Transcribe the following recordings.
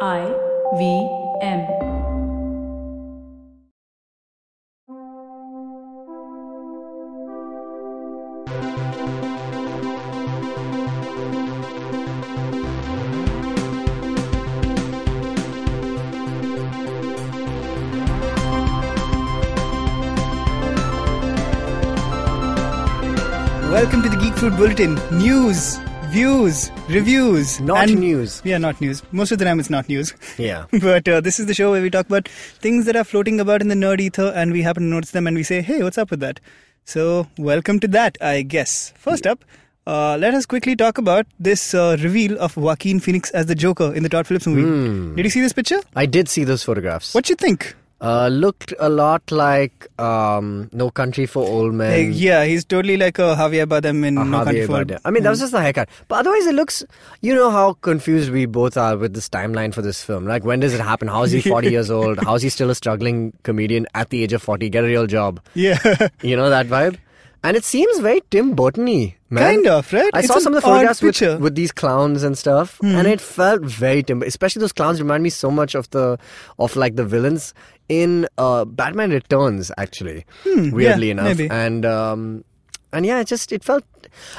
I V M. Welcome to the Geek Food Bulletin. News, views, reviews. Not news. Yeah, not news. Most of the time it's not news. Yeah. but uh, this is the show where we talk about things that are floating about in the nerd ether and we happen to notice them and we say, hey, what's up with that? So, welcome to that, I guess. First up, uh, let us quickly talk about this uh, reveal of Joaquin Phoenix as the Joker in the Todd Phillips movie. Hmm. Did you see this picture? I did see those photographs. What you think? Uh, looked a lot like um, No Country for Old Men. Like, yeah, he's totally like a Javier Bardem in uh, No Country Um, Javier for Hmm. Bardem. I mean, that was just the haircut. But otherwise, it looks. You know how confused we both are with this timeline for this film. Like, when does it happen? How is he 40 years old? How is he still a struggling comedian at the age of 40? Get a real job. Yeah. You know that vibe? And it seems very Tim Burton y, man. Kind of, right? I It's saw an some of the odd photographs with, picture. Hmm. with these clowns and stuff, and it felt very Tim. Especially those clowns remind me so much of the of like the villains in uh, Batman Returns, actually. weirdly enough, Hmm, maybe. and um, and yeah, it just it felt.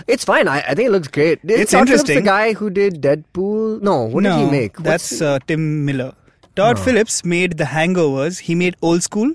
It's fine. I, I think it looks great. Did It's Todd Phillips interesting. The guy who did Deadpool. No, what no, did he make? What's- That's uh, Tim Miller. Todd Phillips made The Hangovers. He made Old School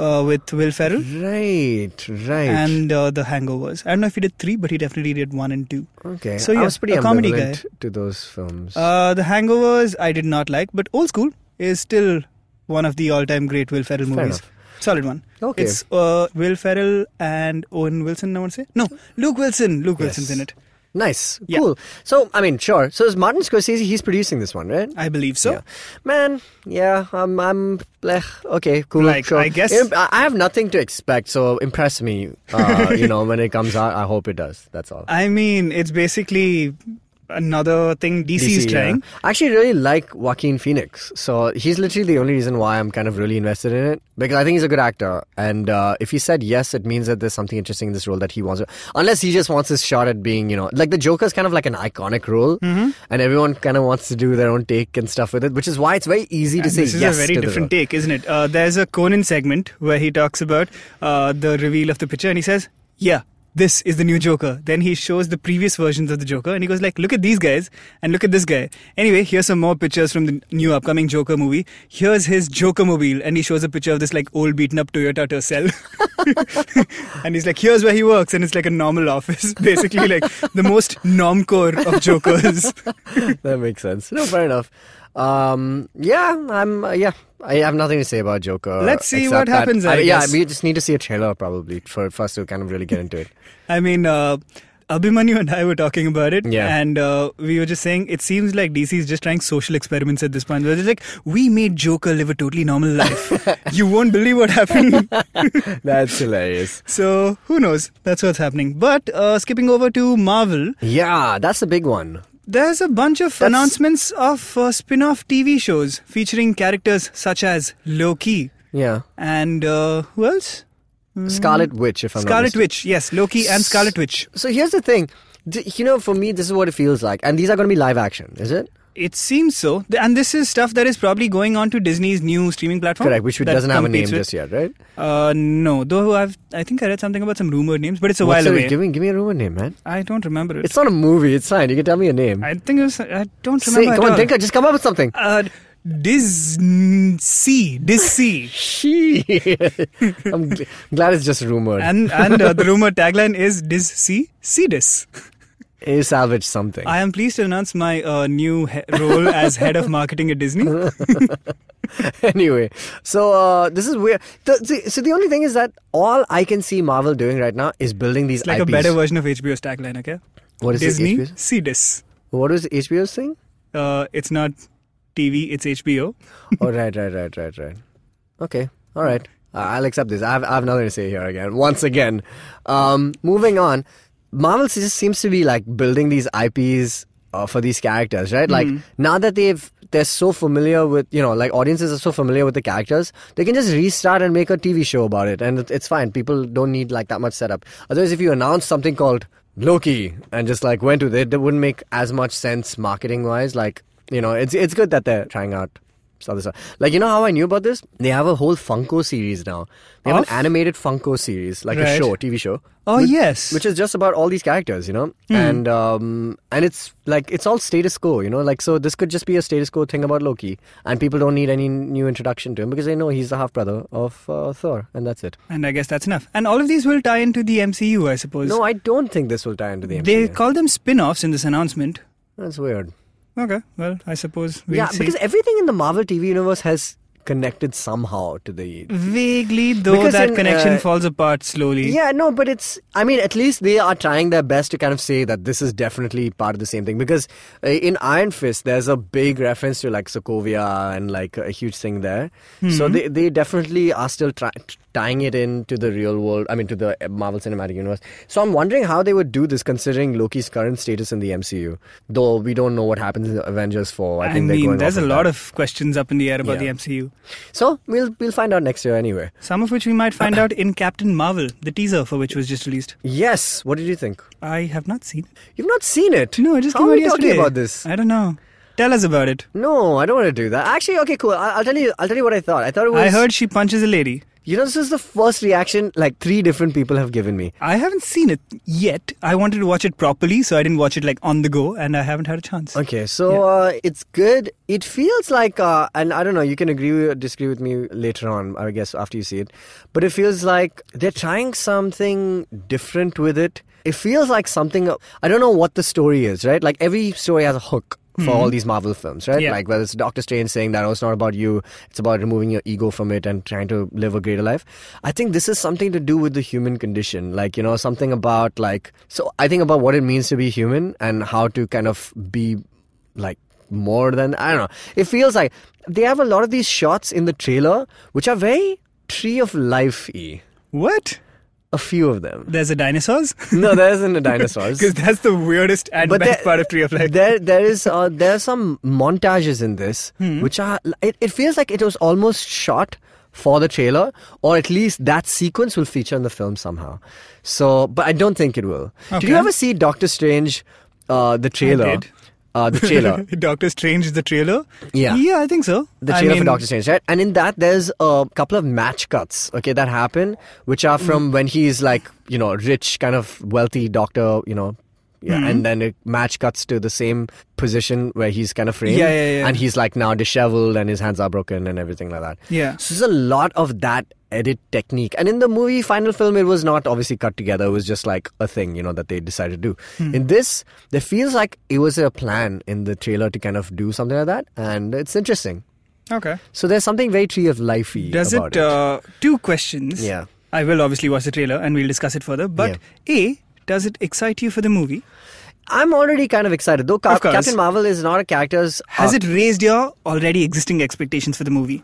uh, with Will Ferrell right, right. and uh, The Hangovers. I don't know if he did three, but he definitely did one and two. okay, so I yeah, was pretty a comedy guy. ambivalent to those films. Uh, the Hangovers I did not like, but Old School is still one of the all-time great Will Ferrell movies. enough. Solid one. Okay. It's uh, Will Ferrell and Owen Wilson. I want to say no, Luke Wilson. Luke Wilson's in it. Nice, Yeah. cool. So, I mean, sure. So, is Martin Scorsese? He's producing this one, right? I believe so. Yeah. Man, yeah, um, I'm blech. Okay, cool. Like, sure. I guess- Im- I I have nothing to expect, so impress me, uh, you know, when it comes out. I hope it does. That's all. I mean, it's basically another thing DC, is DC, yeah. trying. I actually really like Joaquin Phoenix. So he's literally the only reason why I'm kind of really invested in it because I think he's a good actor. And uh, if he said yes, it means that there's something interesting in this role that he wants. to- Unless he just wants his shot at being, you know, like the Joker's kind of like an iconic role, Mm-hmm. and everyone kind of wants to do their own take and stuff with it, which is why it's very easy to And say this is yes. a very to the different role. take, isn't it? Uh, there's a Conan segment where he talks about uh, the reveal of the picture, and he says, "Yeah, this is the new Joker." Then he shows the previous versions of the Joker, and he goes like, "Look at these guys, and look at this guy." Anyway, here's some more pictures from the new upcoming Joker movie. Here's his Joker mobile, and he shows a picture of this like old beaten up Toyota Tercel, and he's like, "Here's where he works," and it's like a normal office, basically like the most normcore of Jokers. that makes sense. No, fair enough. Um, yeah, I'm. Uh, yeah, I have nothing to say about Joker. Let's see except what that- happens, I yeah, guess. we just need to see a trailer probably for, for us to kind of really get into it. I mean, uh, Abhimanyu and I were talking about it, Yeah. and uh, we were just saying it seems like DC is just trying social experiments at this point. They're just like, we made Joker live a totally normal life. you won't believe what happened. That's hilarious. so who knows? That's what's happening. But uh, skipping over to Marvel, Yeah, that's the big one. there's a bunch of That's- announcements of uh, spin-off TV shows featuring characters such as Loki Yeah. and uh, who else? Scarlet Witch, if I'm not Hmm. Scarlet mistaken. Witch. Yes, Loki and Scarlet Witch. So here's the thing. D- you know, for me, this is what it feels like. And these are going to be live action, is it? It seems so. Th- And this is stuff that is probably going on to Disney's new streaming platform. Correct, which that doesn't have a name competes with- just yet, right? Uh, no, though I've, I think I read something about some rumored names, but it's a What's while the- away. Give me, give me a rumor name, man. I don't remember it. It's not a movie. It's fine. You can tell me a name. I think it was, I don't remember. Say, at come on, all. Tinker, just come up with something. Uh, Disney, Disney, She. I'm gl- glad it's just rumored. and and uh, the rumor tagline is Disney, Cedis. A salvage something. I am pleased to announce my uh, new he- role as head of marketing at Disney. anyway, so uh, this is weird. The, the, so the only thing is that all I can see Marvel doing right now is building these It's like a IPs. better version of HBO's tagline. Okay, What is it, Disney, HBO's? Cedis. What was HBO's thing? Uh, it's not TV, it's HBO. oh right, right, right, right, right. Okay, all right. Uh, I'll accept this. I have, I have nothing to say here again. Once again, um, moving on. Marvel just seems to be like building these IPs uh, for these characters, right? Like now that they've they're so familiar with you know like audiences are so familiar with the characters, they can just restart and make a TV show about it, and it- it's fine. People don't need like that much setup. Otherwise, if you announce something called Loki and just like went to it, it wouldn't make as much sense marketing wise. Like you know, it's it's good that they're trying out other stuff. Like you know how I knew about this? They have a whole Funko series now. They have Of? an animated Funko series, like a Right. show, TV show. Oh, which- yes. Hmm. which is just about all these characters, you know, and um, and it's like it's all status quo, you know, like so this could just be a status quo thing about Loki, and people don't need any new introduction to him because they know he's the half brother of uh, Thor, and that's it. And I guess that's enough. And all of these will tie into the MCU, I suppose. No, I don't think this will tie into the MCU. they call them spin offs in this announcement. that's weird. Okay, well, I suppose we'll yeah, see. because everything in the Marvel TV universe has connected somehow to the Vaguely, though, Because that in, connection uh, falls apart slowly. Yeah, no, but it's. I mean, at least they are trying their best to kind of say that this is definitely part of the same thing. Because uh, in Iron Fist, there's a big reference to like Sokovia and like a huge thing there. Hmm. So they, they definitely are still try- t- tying it into the real world. I mean, to the Marvel Cinematic Universe. So I'm wondering how they would do this considering Loki's current status in the MCU. Though we don't know what happens in the Avengers 4. I, I, think they're mean, going there's off a of lot that. of questions up in the air about Yeah. the MCU. So we'll we'll find out next year anyway. Some of which we might find out in Captain Marvel, the teaser for which was just released. Yes. What did you think? I have not seen it. You've not seen it. No, I just How came are out we talking yesterday. about this? I don't know. Tell us about it. No, I don't want to do that. Actually, okay, cool. I- I'll tell you. I'll tell you what I thought. I thought it was. I heard she punches a lady. You know, this is the first reaction like three different people have given me. I haven't seen it yet. I wanted to watch it properly, so I didn't watch it like on the go, and I haven't had a chance. Okay, so uh, it's good. It feels like, uh, and I don't know. You can agree or disagree with me later on. I guess after you see it, but it feels like they're trying something different with it. It feels like something. I don't know what the story is, right? Like every story has a hook. For all these Marvel films, right? Yeah. Like whether it's Doctor Strange saying that oh, it's not about you, it's about removing your ego from it and trying to live a greater life. I think this is something to do with the human condition, like you know, something about like so. I think about what it means to be human and how to kind of be like more than I don't know. It feels like they have a lot of these shots in the trailer which are very tree of life y. What? A few of them. There's a dinosaurs? No, there isn't a dinosaurs. Because that's the weirdest and But best there- part of Tree of Life. There, there is, uh, there are some montages in this, Hmm. which are. It, it feels like it was almost shot for the trailer, or at least that sequence will feature in the film somehow. So, but I don't think it will. Did you Okay. ever see Doctor Strange, uh, the trailer? did. Uh, the trailer. Doctor Strange is the trailer. Yeah. yeah, I think so. The I trailer for mean, Doctor Strange, right? And in that, there's a couple of match cuts, okay, that happen, which are Mm. from when he's like, you know, rich, kind of wealthy doctor, you know, yeah, Mm-hmm. and then it match cuts to the same position where he's kind of framed, Yeah, yeah, yeah. and he's like now disheveled and his hands are broken and everything like that. Yeah. So there's a lot of that edit technique. And in the movie final film, it was not obviously cut together. It was just like a thing, you know, that they decided to do. Hmm. In this, there feels like it was a plan in the trailer to kind of do something like that. And it's interesting. Okay. So there's something very tree of lifey Does about it? Uh, two questions. Yeah. I will obviously watch the trailer and we'll discuss it further. But A, does it excite you for the movie? I'm already kind of excited though. Cap- Of course. Captain Marvel is not a character's. Has it raised your already existing expectations for the movie?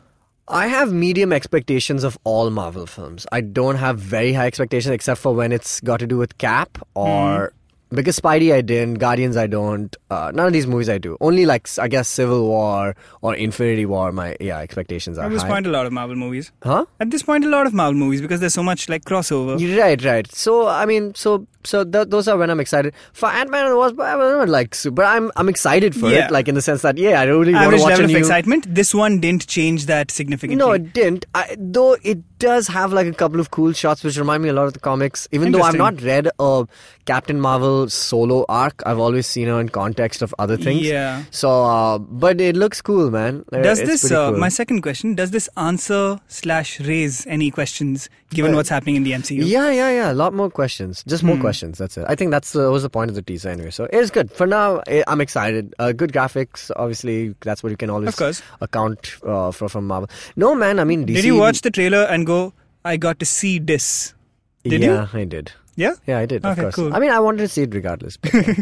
I have medium expectations of all Marvel films. I don't have very high expectations except for when it's got to do with Cap or Hmm. because Spidey I didn't, Guardians I don't. Uh, none of these movies I do. Only like I guess Civil War or Infinity War. My yeah expectations are At this high. point, a lot of Marvel movies. Huh? At this point, a lot of Marvel movies because there's so much like crossover. You're Right, right. So I mean, so so th- those are when I'm excited for Ant Man and the Wasp. I don't like, su- but I'm I'm excited for Yeah. it, like in the sense that yeah, I really want Average to watch level a of new. excitement. This one didn't change that significantly. No, it didn't. I, though it does have like a couple of cool shots, which remind me a lot of the comics. Even though I've not read a Captain Marvel solo arc, I've always seen her in context of other things. Yeah. So, uh, but it looks cool, man. Uh, Does it's this pretty uh, cool. my second question? Does this answer slash raise any questions given what's happening in the MCU? Uh, Yeah, yeah, yeah. A lot more questions. Just Hmm. more questions. That's it. I think that's that was the point of the teaser anyway. So it's good for now. I- I'm excited. Uh, good graphics, obviously. That's what you can always Of course. account uh, for from Marvel. No man, I mean DC. Did you watch the trailer and go, I got to see this? Did you? yeah, I did. Yeah? Yeah, I did. of Okay, course. cool. I mean, I wanted to see it regardless. But, uh,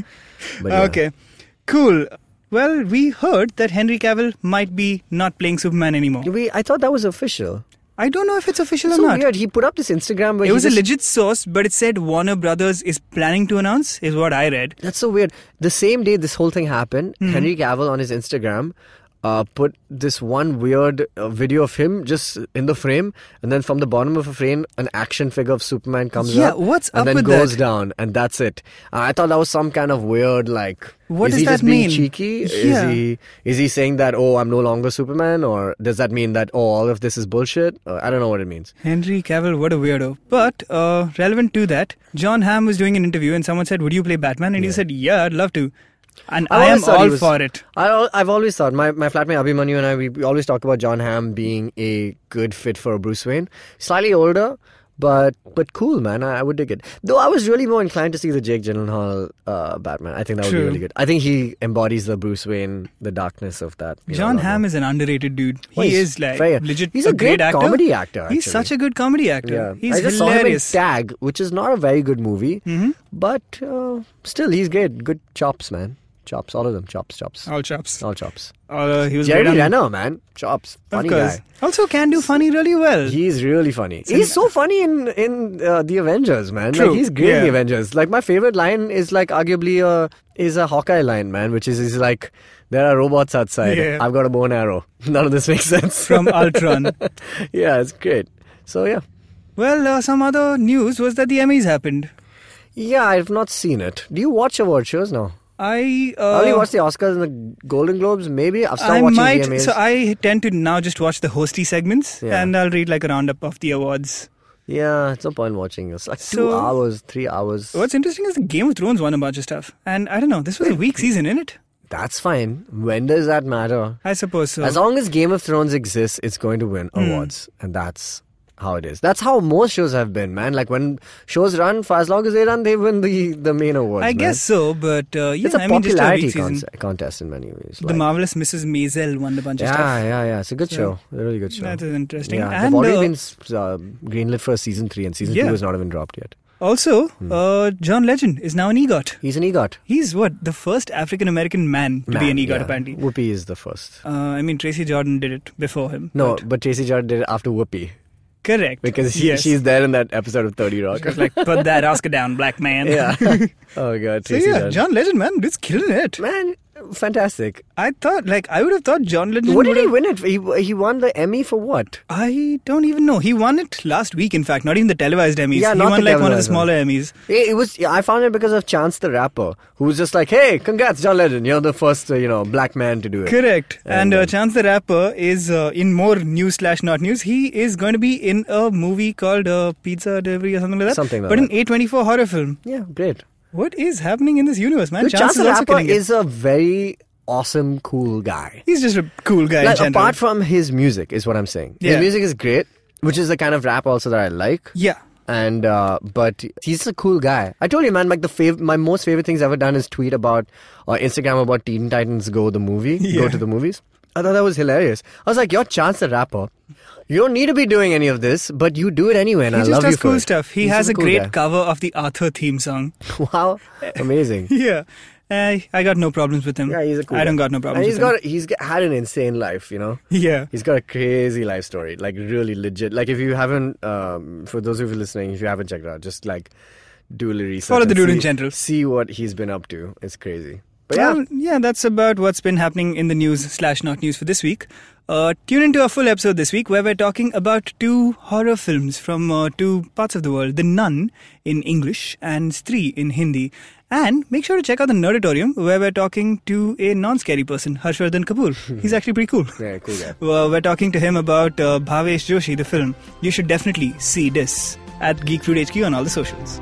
but yeah. Ah, Okay. Cool. Well, we heard that Henry Cavill might be not playing Superman anymore. We, I thought that was official. I don't know if it's official so or not. weird. He put up this Instagram where It he was a just- legit source, but it said Warner Brothers is planning to announce, is what I read. Hmm. That's so weird. The same day this whole thing happened, Henry Cavill on his Instagram uh, put this one weird uh, video of him just in the frame, and then from the bottom of a frame, an action figure of Superman comes Yeah, up. what's and up then with goes that? down, and that's it. Uh, I thought that was some kind of weird like. What is does he that just being mean? cheeky? Is Yeah. he is he saying that oh I'm no longer Superman, or does that mean that oh all of this is bullshit? Uh, I don't know what it means. Henry Cavill, what a weirdo. But uh, relevant to that, John Hamm was doing an interview and someone said, Would you play Batman? And he said, Yeah, I'd love to. And I've I always Oh, am thought he all was- for it. I, al- I've always thought my, my flatmate Abhimanyu and I we, we always talk about John Hamm being a good fit for Bruce Wayne. Slightly older, but but cool, man. I, I would dig it. Though I was really more inclined to see the Jake Gyllenhaal uh, Batman. I think that would be True. really good. I think he embodies the Bruce Wayne, the darkness of that. you know, John genre. Hamm is an underrated dude. He Well, he's is like very- legit. he's a great, great actor. comedy actor, He's actually. such a good comedy actor. Yeah, He's I just hilarious. Mm-hmm. saw him in Tag, which is not a very good movie, but uh, still he's great. Good chops, man. Chops, all of them. Chops, chops, all chops. all chops. Uh, he was Oh. Jerry great on- Renner, man. Chops, funny of course. guy. Also, can do funny really well. He's really funny. He's so funny in in uh, the Avengers, man. Like True. he's great in Yeah. the Avengers. Like my favorite line is like arguably a is a Hawkeye line, man, which is is like there are robots outside. Yeah. I've got a bow and arrow. None of this makes sense. From Ultron. yeah, it's great. So yeah, well, uh, some other news was that the Emmys happened. yeah, I've not seen it. Do you watch award shows now? I I uh, only watch the Oscars and the Golden Globes. Maybe I've stopped I watching might. the Emmys. So I tend to now just watch the hosty segments, Yeah. and I'll read like a roundup of the awards. yeah, it's no point watching. It's like two So- hours, three hours. What's interesting is the Game of Thrones won a bunch of stuff, and I don't know. This was a weak season, in it. That's fine. When does that matter? I suppose so. Hmm. As long as Game of Thrones exists, it's going to win awards, and that's how it is. That's how most shows have been, man. Like when shows run, for as long as they run, they win the the main awards. I man. guess so, but uh, yeah, it's a I mean, just a popularity weak season. con- contest in many ways. The like- marvelous Mrs. Maisel won a bunch of yeah, stuff. yeah, yeah. It's a good show. A really good show. That is interesting. Yeah, and they've already uh, been s- uh, greenlit for season three, and season Yeah. two has not even dropped yet. also, Hmm. uh, John Legend is now an EGOT. He's an EGOT. He's what the first African American man to be Man, an EGOT, yeah. apparently. Whoopi is the first. Uh, I mean, Tracy Jordan did it before him. No, but- but Tracy Jordan did it after Whoopi correct. because she, yes. she's there in that episode of Thirty Rock. She was like, put that Oscar down, black man. yeah. oh god. So Tracy yeah, Jordan. John Legend, man, dude's killing it. Man, fantastic. I thought, like, I would have thought John Legend. What did he would've- win it? for? He he won the Emmy for what? I don't even know. He won it last week, in fact. Not even the televised Emmys. Yeah, he not won the like one of the televised one. smaller Emmys. It, it was I found it because of Chance the Rapper, who was just like, "Hey, congrats, John Legend! You're the first, uh, you know, black man to do it." Correct. And, And, uh, um, Chance the Rapper is uh, in more news slash not news. He is going to be in a movie called uh, Pizza Delivery or something like that. Something like but that. an A24 horror film. Yeah, great. What is happening in this universe, man? Dude, Chance the is also Rapper killing it. is a very awesome, cool guy. He's just a cool guy in Like, general. apart from his music, is what I'm saying. Yeah. His music is great, which is the kind of rap also that I like. yeah. and uh, but he's a cool guy. I told you, man. Like the fav- my most favorite things I've ever done is tweet about or Instagram about Teen Titans Go the movie. Go Yeah. to the movies. I thought that was hilarious. I was like, you're Chance the Rapper. You don't need to be doing any of this, but you do it anyway, and He I just love does you for cool it. stuff. He He's has just a cool great guy. cover of the Arthur theme song. wow, amazing. Yeah. Uh, I got no problems with him. Yeah, he's a cool. I don't guy. got no And problems he's with him. got he's g- had an insane life, you know. Yeah. He's got a crazy life story, like really legit. Like if you haven't, um, for those of you listening, if you haven't checked it out, just like do a little research. Follow the and dude see, in general. See what he's been up to. It's crazy. But Oh, yeah, Well, yeah, that's about what's been happening in the news slash not news for this week. Uh, tune into our full episode this week where we're talking about two horror films from uh, two parts of the world The Nun in English and Stree in Hindi. And make sure to check out the Nerdatorium where we're talking to a non scary person, Harshvardhan Kapoor. He's actually pretty cool. yeah, cool guy. Well, we're talking to him about uh, Bhavesh Joshi, the film. You should definitely see this at Geek Food HQ on all the socials.